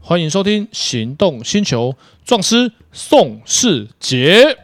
欢迎收听《行动星球》，壮师宋世杰。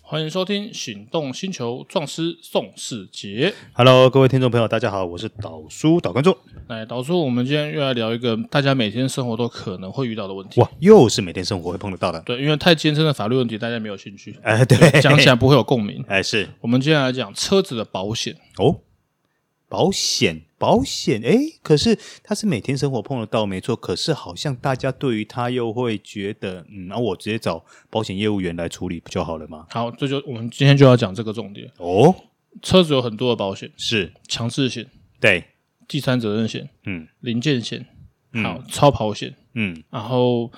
欢迎收听《行动星球》，壮师宋世杰。 Hello，各位听众朋友，大家好，我是导叔导观众。来，导叔，我们今天又来聊一个大家每天生活都可能会遇到的问题。哇，又是每天生活会碰得到的。 对，因为太艰深的法律问题，大家没有兴趣，哎，对，讲起来，不会有共鸣。哎，是我们接下来讲车子的保险。哦，保险，保险，哎，可是它是每天生活碰得到，没错。可是好像大家对于它又会觉得，嗯，那、我直接找保险业务员来处理不就好了吗？好，这就我们今天就要讲这个重点。哦，车子有很多的保险，是强制险、对，第三责任险、嗯零件险，嗯好、超跑险。嗯，然后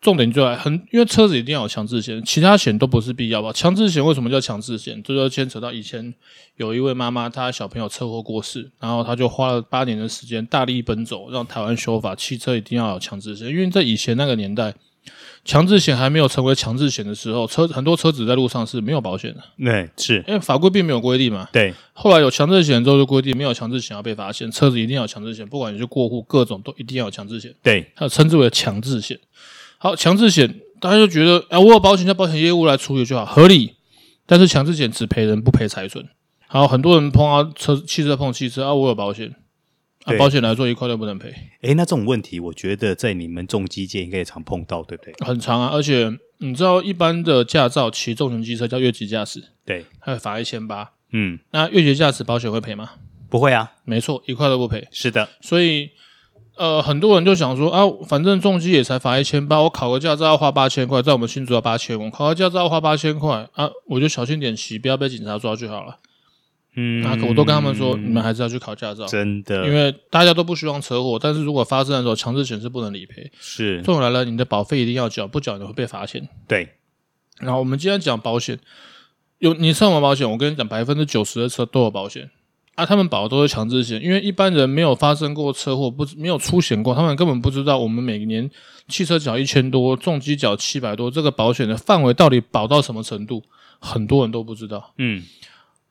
重点就来很，因为车子一定要有强制险，其他险都不是必要吧？强制险为什么叫强制险？这就牵扯到以前有一位妈妈，她小朋友车祸过世，然后她就花了八年的时间大力奔走，让台湾修法，汽车一定要有强制险，因为在以前那个年代。强制险还没有成为强制险的时候，车很多车子在路上是没有保险的，对，哎是，因为法规并没有规定嘛。对，后来有强制险之后，就规定没有强制险要被罚钱，车子一定要有强制险，不管你是过户，各种都一定要有强制险，对，它称之为强制险。好，强制险大家就觉得，哎、我有保险，叫保险业务来处理就好，合理。但是强制险只赔人不赔财损。好，很多人碰到车汽车碰汽车啊，我有保险，啊，对保险来说一块都不能赔，哎，那这种问题，我觉得在你们重机界应该也常碰到，对不对？很长啊。而且你知道，一般的驾照骑重型机车叫越级驾驶，对，它会罚一千八。嗯，那越级驾驶保险会赔吗？不会啊，没错，一块都不赔。是的，所以呃，很多人就想说啊，反正重机也才罚一千八，我考个驾照要花八千块，在我们新竹要八千，我考个驾照要花八千块啊，我就小心点骑，不要被警察抓就好了。嗯，那、我都跟他们说，你们还是要去考驾照。真的，因为大家都不希望车祸，但是如果发生的时候，强制险是不能理赔。是重点来了，你的保费一定要缴，不缴你会被罚钱。对，然后我们今天讲保险，有你上网保险，我跟你讲，百分之九十的车都有保险啊，他们保的都是强制险，因为一般人没有发生过车祸，不没有出险过，他们根本不知道我们每年汽车缴一千多，重机缴七百多，这个保险的范围到底保到什么程度，很多人都不知道。嗯，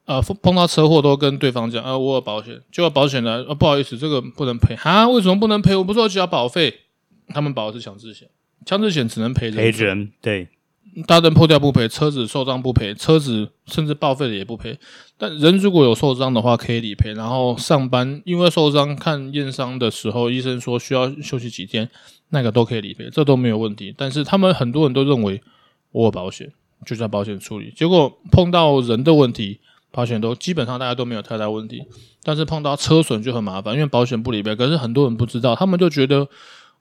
呃，碰碰到车祸都跟对方讲，啊，我有保险，结果保险来，啊，不好意思，这个不能赔啊，为什么不能赔？我不是有缴保费，他们保的是强制险，强制险只能赔人陪人对，大灯破掉不赔，车子受伤不赔，车子甚至报废了也不赔。但人如果有受伤的话，可以理赔。然后上班因为受伤看验伤的时候，医生说需要休息几天，那个都可以理赔，这都没有问题。但是他们很多人都认为我有保险，就叫保险处理。结果碰到人的问题，保险都基本上大家都没有太大问题。但是碰到车损就很麻烦，因为保险不理赔。可是很多人不知道，他们就觉得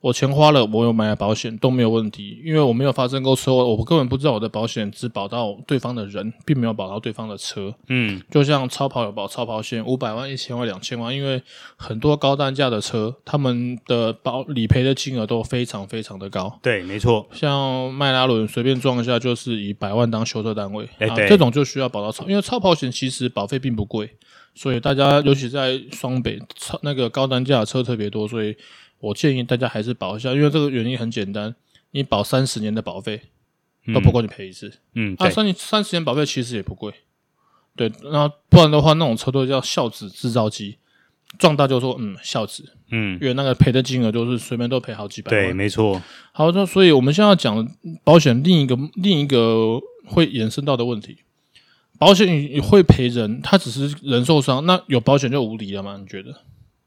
我钱花了，我有买了保险都没有问题，因为我没有发生过车祸，我根本不知道我的保险只保到对方的人，并没有保到对方的车。嗯，就像超跑有保超跑险，五百万、一千万、两千万，因为很多高单价的车，他们的保理赔的金额都非常非常的高。对，没错，像迈拉伦随便撞一下就是以百万当修车单位，哎啊，对这种就需要保到超，因为超跑险其实保费并不贵，所以大家尤其在双北超那个高单价的车特别多，所以我建议大家还是保一下，因为这个原因很简单，你保三十年的保费都不够你赔一次，嗯，啊，对，三三十年保费其实也不贵，对，那不然的话那种车都叫孝子制造机，撞到就说嗯孝子，嗯，因为那个赔的金额就是随便都赔好几百万对，，没错，好，那所以我们现在要讲保险另一个另一个会衍生到的问题，保险会赔人，他只是人受伤，那有保险就无敌了吗？你觉得？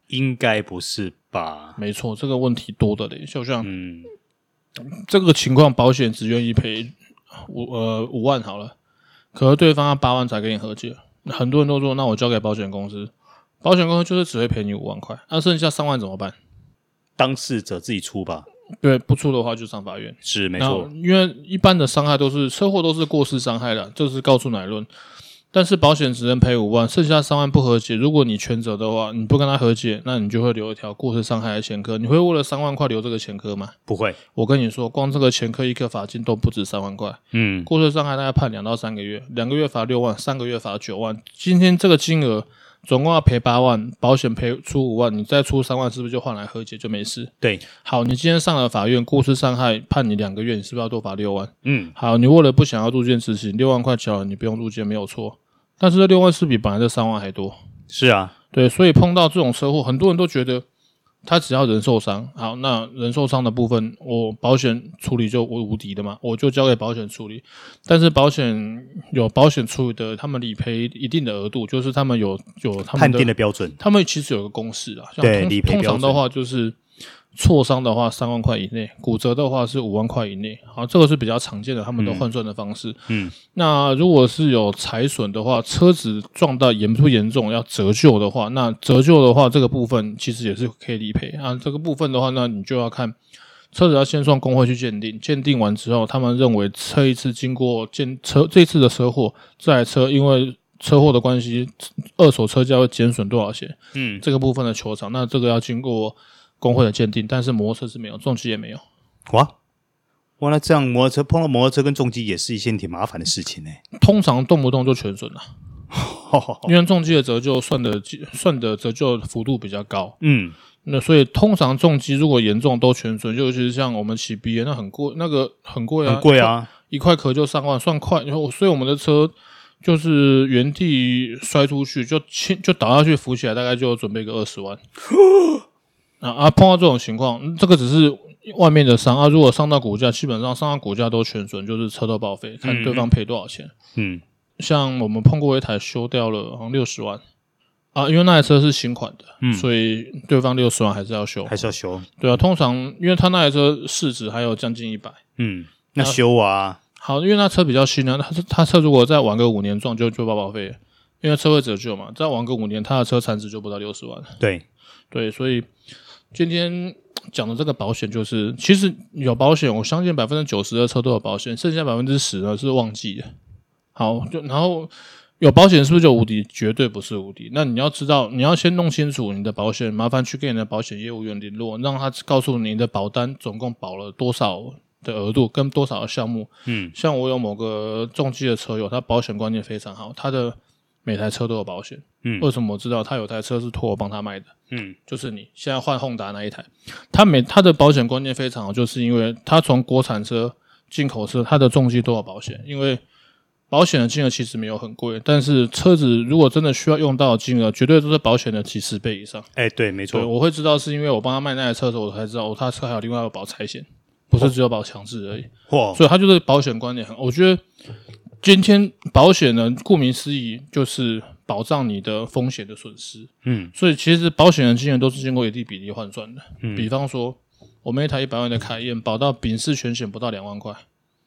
应该不是吧？没错，这个问题多的嘞，就像嗯，这个情况，保险只愿意赔五呃五万好了，可是对方要八万才跟你和解，很多人都说那我交给保险公司，保险公司就是只会赔你五万块，那剩下三万怎么办？当事者自己出吧，对，不出的话就上法院。是没然错后，因为一般的伤害都是车祸都是过失伤害的，这是告诉乃论。但是保险只能赔五万，剩下三万不和解。如果你全责的话，你不跟他和解，那你就会留一条过失伤害的前科。你会为了三万块留这个前科吗？不会，我跟你说，光这个前科一颗罚金都不止三万块，嗯，过失伤害大概判两到三个月，两个月罚六万，三个月罚九万。今天这个金额总共要赔八万，保险赔出五万，你再出三万，是不是就换来和解就没事？对，好，你今天上了法院，过失伤害判你两个月，你是不是要多罚六万？嗯，好，你为了不想要入监执行，六万块交了，你不用入监没有错。但是这六万是比本来这三万还多，是啊，对，所以碰到这种车祸，很多人都觉得他只要人受伤，好，那人受伤的部分，我保险处理就我无敌的嘛，我就交给保险处理。但是保险有保险处理的，他们理赔一定的额度，就是他们有有他判们定的，的标准，他们其实有个公式啊，像对通理赔通标常准的话就是。挫伤的话，三万块以内；骨折的话是五万块以内。好，这个是比较常见的，他们的换算的方式。嗯，那如果是有财损的话，车子撞到严不严重要折旧的话，那折旧的话这个部分其实也是可以理赔啊。这个部分的话，那你就要看车子要先送工会去鉴定，鉴定完之后，他们认为这一次经过鉴车这次的车祸，这台车因为车祸的关系，二手车价会减损多少钱？嗯，这个部分的球场，那这个要经过工会的鉴定，但是摩托车是没有，重机也没有。哇哇，那这样摩托车碰到摩托车跟重机也是一件挺麻烦的 事情呢、通常动不动就全损了。啊欸。因为重机的折旧算的算的折旧幅度比较高，嗯，那所以通常重机如果严重都全损，尤其是像我们起 B 那很贵，那个很贵啊，很贵，啊，一块壳就三万，算快。然后所以我们的车就是原地摔出去，就轻就倒下去扶起来，大概就准备个二十 万。啊啊！碰到这种情况，嗯这个只是外面的伤啊。如果伤到骨架，基本上伤到骨架都全损，就是车都报废，看对方赔多少钱。嗯，像我们碰过一台修掉了好像六十万啊，因为那台车是新款的，嗯所以对方六十万还是要修还。是要修，对啊，通常因为他那台车市值还有将近一百。嗯，那修啊，好，因为那车比较新啊，他他车如果再晚个五年撞就就报报废了，因为车会折旧嘛，再晚个五年他的车产值就不到六十万了。对，对，所以今天讲的这个保险就是，其实有保险，我相信百分之九十的车都有保险，剩下百分之十呢是忘记的。好，就然后有保险是不是就无敌？绝对不是无敌。那你要知道，你要先弄清楚你的保险，麻烦去跟你的保险业务员联络，让他告诉你的保单总共保了多少的额度跟多少的项目。嗯，像我有某个重机的车友，他保险观念非常好，他的每台车都有保险。嗯为什么我知道他有台车是托我帮他卖的？嗯，就是你现在换 Honda 那一台，他每他的保险观念非常好，就是因为他从国产车、进口车，他的重机都有保险，因为保险的金额其实没有很贵，但是车子如果真的需要用到的金额，绝对都是保险的几十倍以上。哎，对，没对，错，我会知道是因为我帮他卖那台车的时候，我才知道哦，他车还有另外有保拆险，不是只有保强制而已。嚯，所以他就是保险观念很，我觉得今天保险呢，顾名思义就是保障你的风险的损失。嗯，所以其实保险的金额都是经过一定比例换算的。比方说，我们一台一百万的凯宴保到丙式全险不到两万块，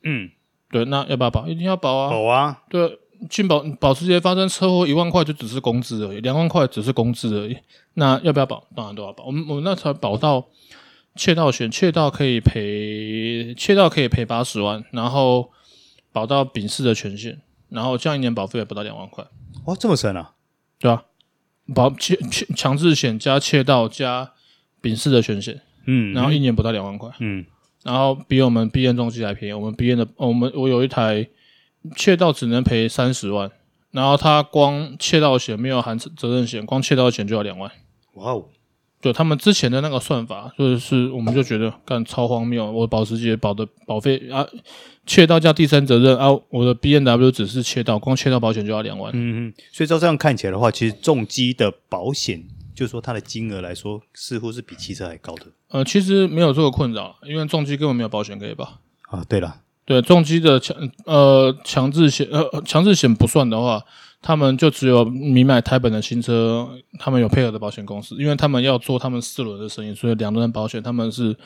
嗯，对，那要不要保？一定要保啊！有啊，对，进保保时捷发生车祸一万块就只是工资而已，两万块只是工资而已。那要不要保？当然都要保。我们我们那才保到窃盗险，窃盗可以赔窃盗可以赔八十万，然后保到丙式的全险，然后这样一年保费也不到两万块。哇，这么深啊，对啊，保窃窃强制险加窃盗加丙式的全险，嗯，然后一年不到两万块，嗯，然后比我们 B N 重机还便宜。我们 B N 的，我们我有一台窃盗只能赔三十万，然后它光窃盗险没有含责任险，光窃盗险就要两万。哇哦，就他们之前的那个算法，就是我们就觉得干超荒谬。我保时捷保的保费啊，窃盗加第三责任啊，我的 B N W 只是窃盗，光窃盗保险就要两万。嗯，嗯，所以照这样看起来的话，其实重机的保险，就是说它的金额来说，似乎是比汽车还高的呃，其实没有这个困扰，因为重机根本没有保险可以保。啊。对了，对重机的强呃强制险呃强制险不算的话，他们就只有你买台本的新车，他们有配合的保险公司，因为他们要做他们四轮的生意，所以两轮的保险他们是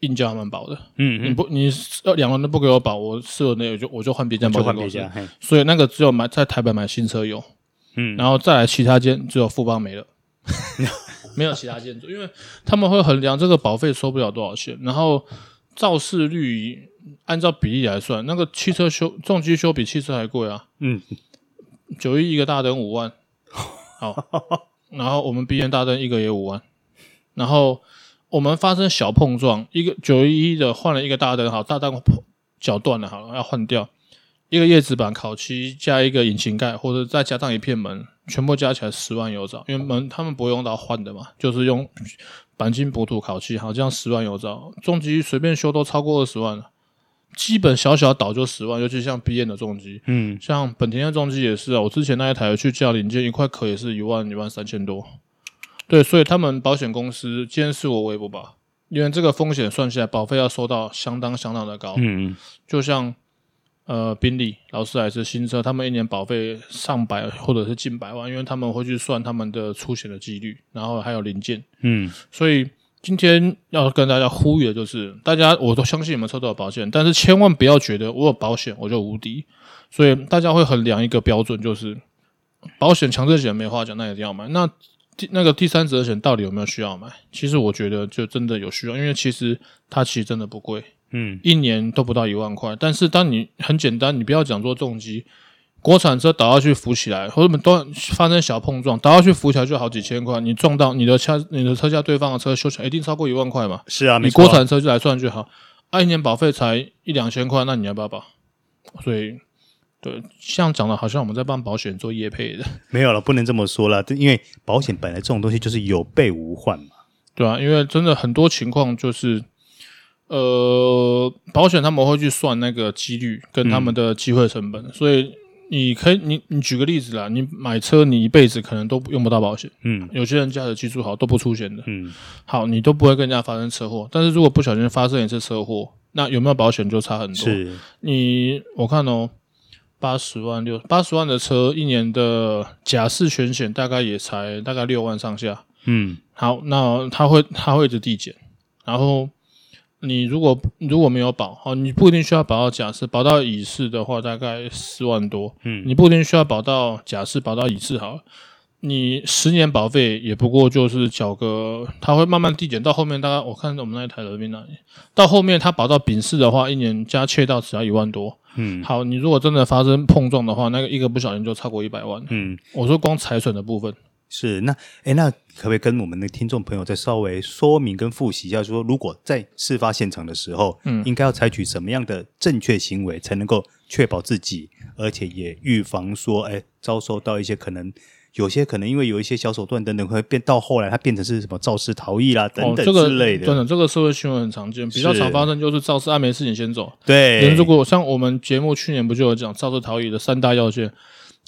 硬叫他们保的。嗯你不你呃两轮都不给我保，我四轮的也就我就换别家嗯，保险就换公别司家，。嘿，所以那个只有买在台本买新车有，嗯然后再来其他间只有富邦 没了，没有其他间做，因为他们会衡量这个保费收不了多少钱，然后肇事率按照比例来算，那个汽车修重机修比汽车还贵啊，嗯，九一一个大灯五万，好，然后我们 B N 大灯一个也五万，然后我们发生小碰撞，一个九一一的换了一个大灯，好，大灯碰绞断了，好了要换掉，一个叶子板烤漆加一个引擎盖，或者再加上一片门，全部加起来十万有找，因为门他们不会用到换的嘛，就是用钣金补土烤漆，好，这样十万有找，重机随便修都超过二十万了。基本小小倒就十万，尤其像 B N 的重机，嗯，像本田的重机也是啊。我之前那一台去加零件，一块壳也是一万一万三千多。对，所以他们保险公司今天是我微博吧，因为这个风险算下来，保费要收到相当相当的高。嗯，就像呃宾利、劳斯莱斯新车，他们一年保费上百或者是近百万，因为他们会去算他们的出险的几率，然后还有零件。嗯，所以今天要跟大家呼吁的就是，大家我都相信你们车都有保险，但是千万不要觉得我有保险我就无敌。所以大家会衡量一个标准，就是保险强制险没话讲，那一定要买。那第那个第三者险到底有没有需要买？其实我觉得就真的有需要，因为其实它其实真的不贵。嗯，一年都不到一万块。但是当你很简单，你不要讲做重击，国产车倒下去扶起来，或者都发生小碰撞，倒下去扶起来就好几千块。你撞到你的车，你的车架对方的车修起来一定超过一万块嘛？是啊，你没错国啊，产车就来算就好，啊按、一年保费才一两千块，那你要不要保？所以。对，像讲的好像我们在帮保险做业配的，没有了，不能这么说了，这因为保险本来这种东西就是有备无患嘛，对啊，因为真的很多情况就是，呃，保险他们会去算那个几率跟他嗯们的机会成本，所以你可以，你你举个例子啦，你买车你一辈子可能都用不到保险，嗯有些人驾驶技术好都不出险的，嗯，好你都不会跟人家发生车祸，但是如果不小心发生一次车祸，那有没有保险就差很多。是，你我看哦，八十万六八十万的车一年的假释全险大概也才大概六万上下，嗯好，那它会它会一直递减，然后你如果如果没有保，哦，你不一定需要保到甲式，保到乙式的话大概四万多，嗯你不一定需要保到甲式，保到乙式好了。你十年保费也不过就是缴个，它会慢慢递减到后面，大概我看我们那一台人民那里，到后面它保到丙式的话，一年加切到只要一万多。嗯好，你如果真的发生碰撞的话，那个一个不小心就超过一百万。嗯，我说光财损的部分，是那哎，那可不可以跟我们的听众朋友再稍微说明跟复习一下，说如果在事发现场的时候，嗯，应该要采取什么样的正确行为，才能够确保自己，而且也预防说，哎，遭受到一些可能。有些可能因为有一些小手段等等，会变到后来，它变成是什么肇事逃逸啦等等哦、这个之类的。真的，这个社会新闻很常见，比较是哎常发生就是肇事案没事情先走。对，人如果像我们节目去年不就有讲肇事逃逸的三大要件：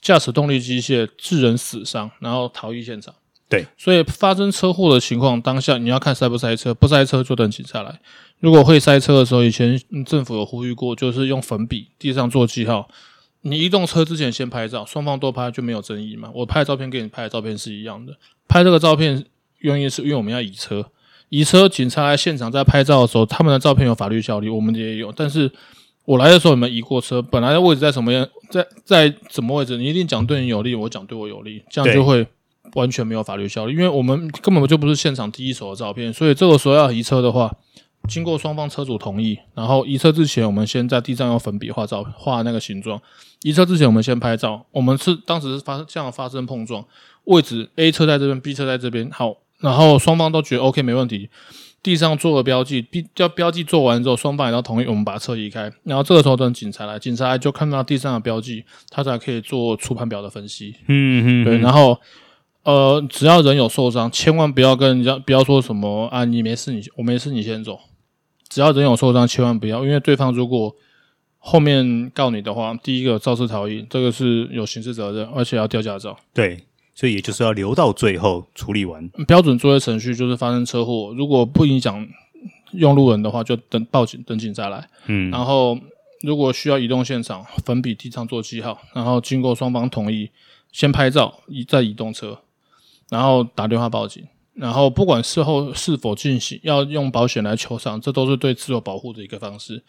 驾驶动力机械致人死伤，然后逃逸现场。对，所以发生车祸的情况，当下你要看塞不塞车，不塞车就等警察来。如果会塞车的时候，以前嗯政府有呼吁过，就是用粉笔地上做记号。你移动车之前先拍照，双方都拍就没有争议嘛。我拍的照片跟你拍的照片是一样的，拍这个照片原因是因为我们要移车，移车警察来现场在拍照的时候，他们的照片有法律效力，我们也有。但是我来的时候有没有移过车？本来的位置在什么样，在在什么位置？你一定讲对你有利，我讲对我有利，这样对就会完全没有法律效力，因为我们根本就不是现场第一手的照片，所以这个时候要移车的话，经过双方车主同意，然后移车之前，我们先在地上用粉笔画照画那个形状。移车之前，我们先拍照。我们是当时是发这样发生碰撞，位置 A 车在这边，B 车在这边，好，然后双方都觉得 OK 没问题。地上做了标记，标标标记做完之后，双方也都同意，我们把车移开。然后这个时候等警察来，警察来就看到地上的标记，他才可以做出判表的分析。嗯嗯，对，嗯然后呃，只要人有受伤，千万不要跟人家不要说什么啊，你没事你我没事你先走。只要人有受伤，千万不要，因为对方如果后面告你的话，第一个肇事逃逸，这个是有刑事责任，而且要吊驾照。对，所以也就是要留到最后处理完。标准作业程序就是发生车祸，如果不影响用路人的话，就等报警等警察来。嗯然后如果需要移动现场，粉笔地上做记号，然后经过双方同意，先拍照，移再移动车，然后打电话报警。然后不管事后是否进行，要用保险来求偿，这都是对自我保护的一个方式。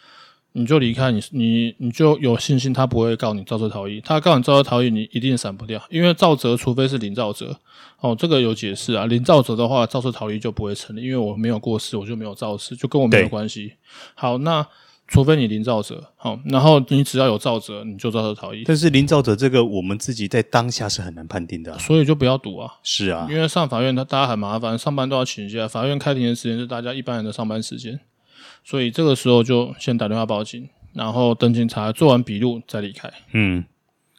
你就离开，你你你就有信心他不会告你肇事逃逸。他告你肇事逃逸，你一定闪不掉，因为肇责除非是零肇责。哦，这个有解释啊。零肇责的话，肇事逃逸就不会成立，因为我没有过失，我就没有肇事，就跟我没有对关系。好，那除非你零肇责，好、然后你只要有肇责，你就肇事逃逸，但是临造者这个，我们自己在当下是很难判定的啊、所以就不要赌啊，是啊，因为上法院他大家很麻烦，上班都要请假，法院开庭的时间是大家一般人的上班时间，所以这个时候就先打电话报警，然后等警察做完笔录再离开。嗯，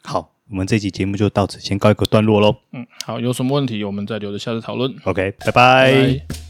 好，我们这期节目就到此先告一个段落喽。嗯，好，有什么问题我们再留着下次讨论。 OK，拜拜拜拜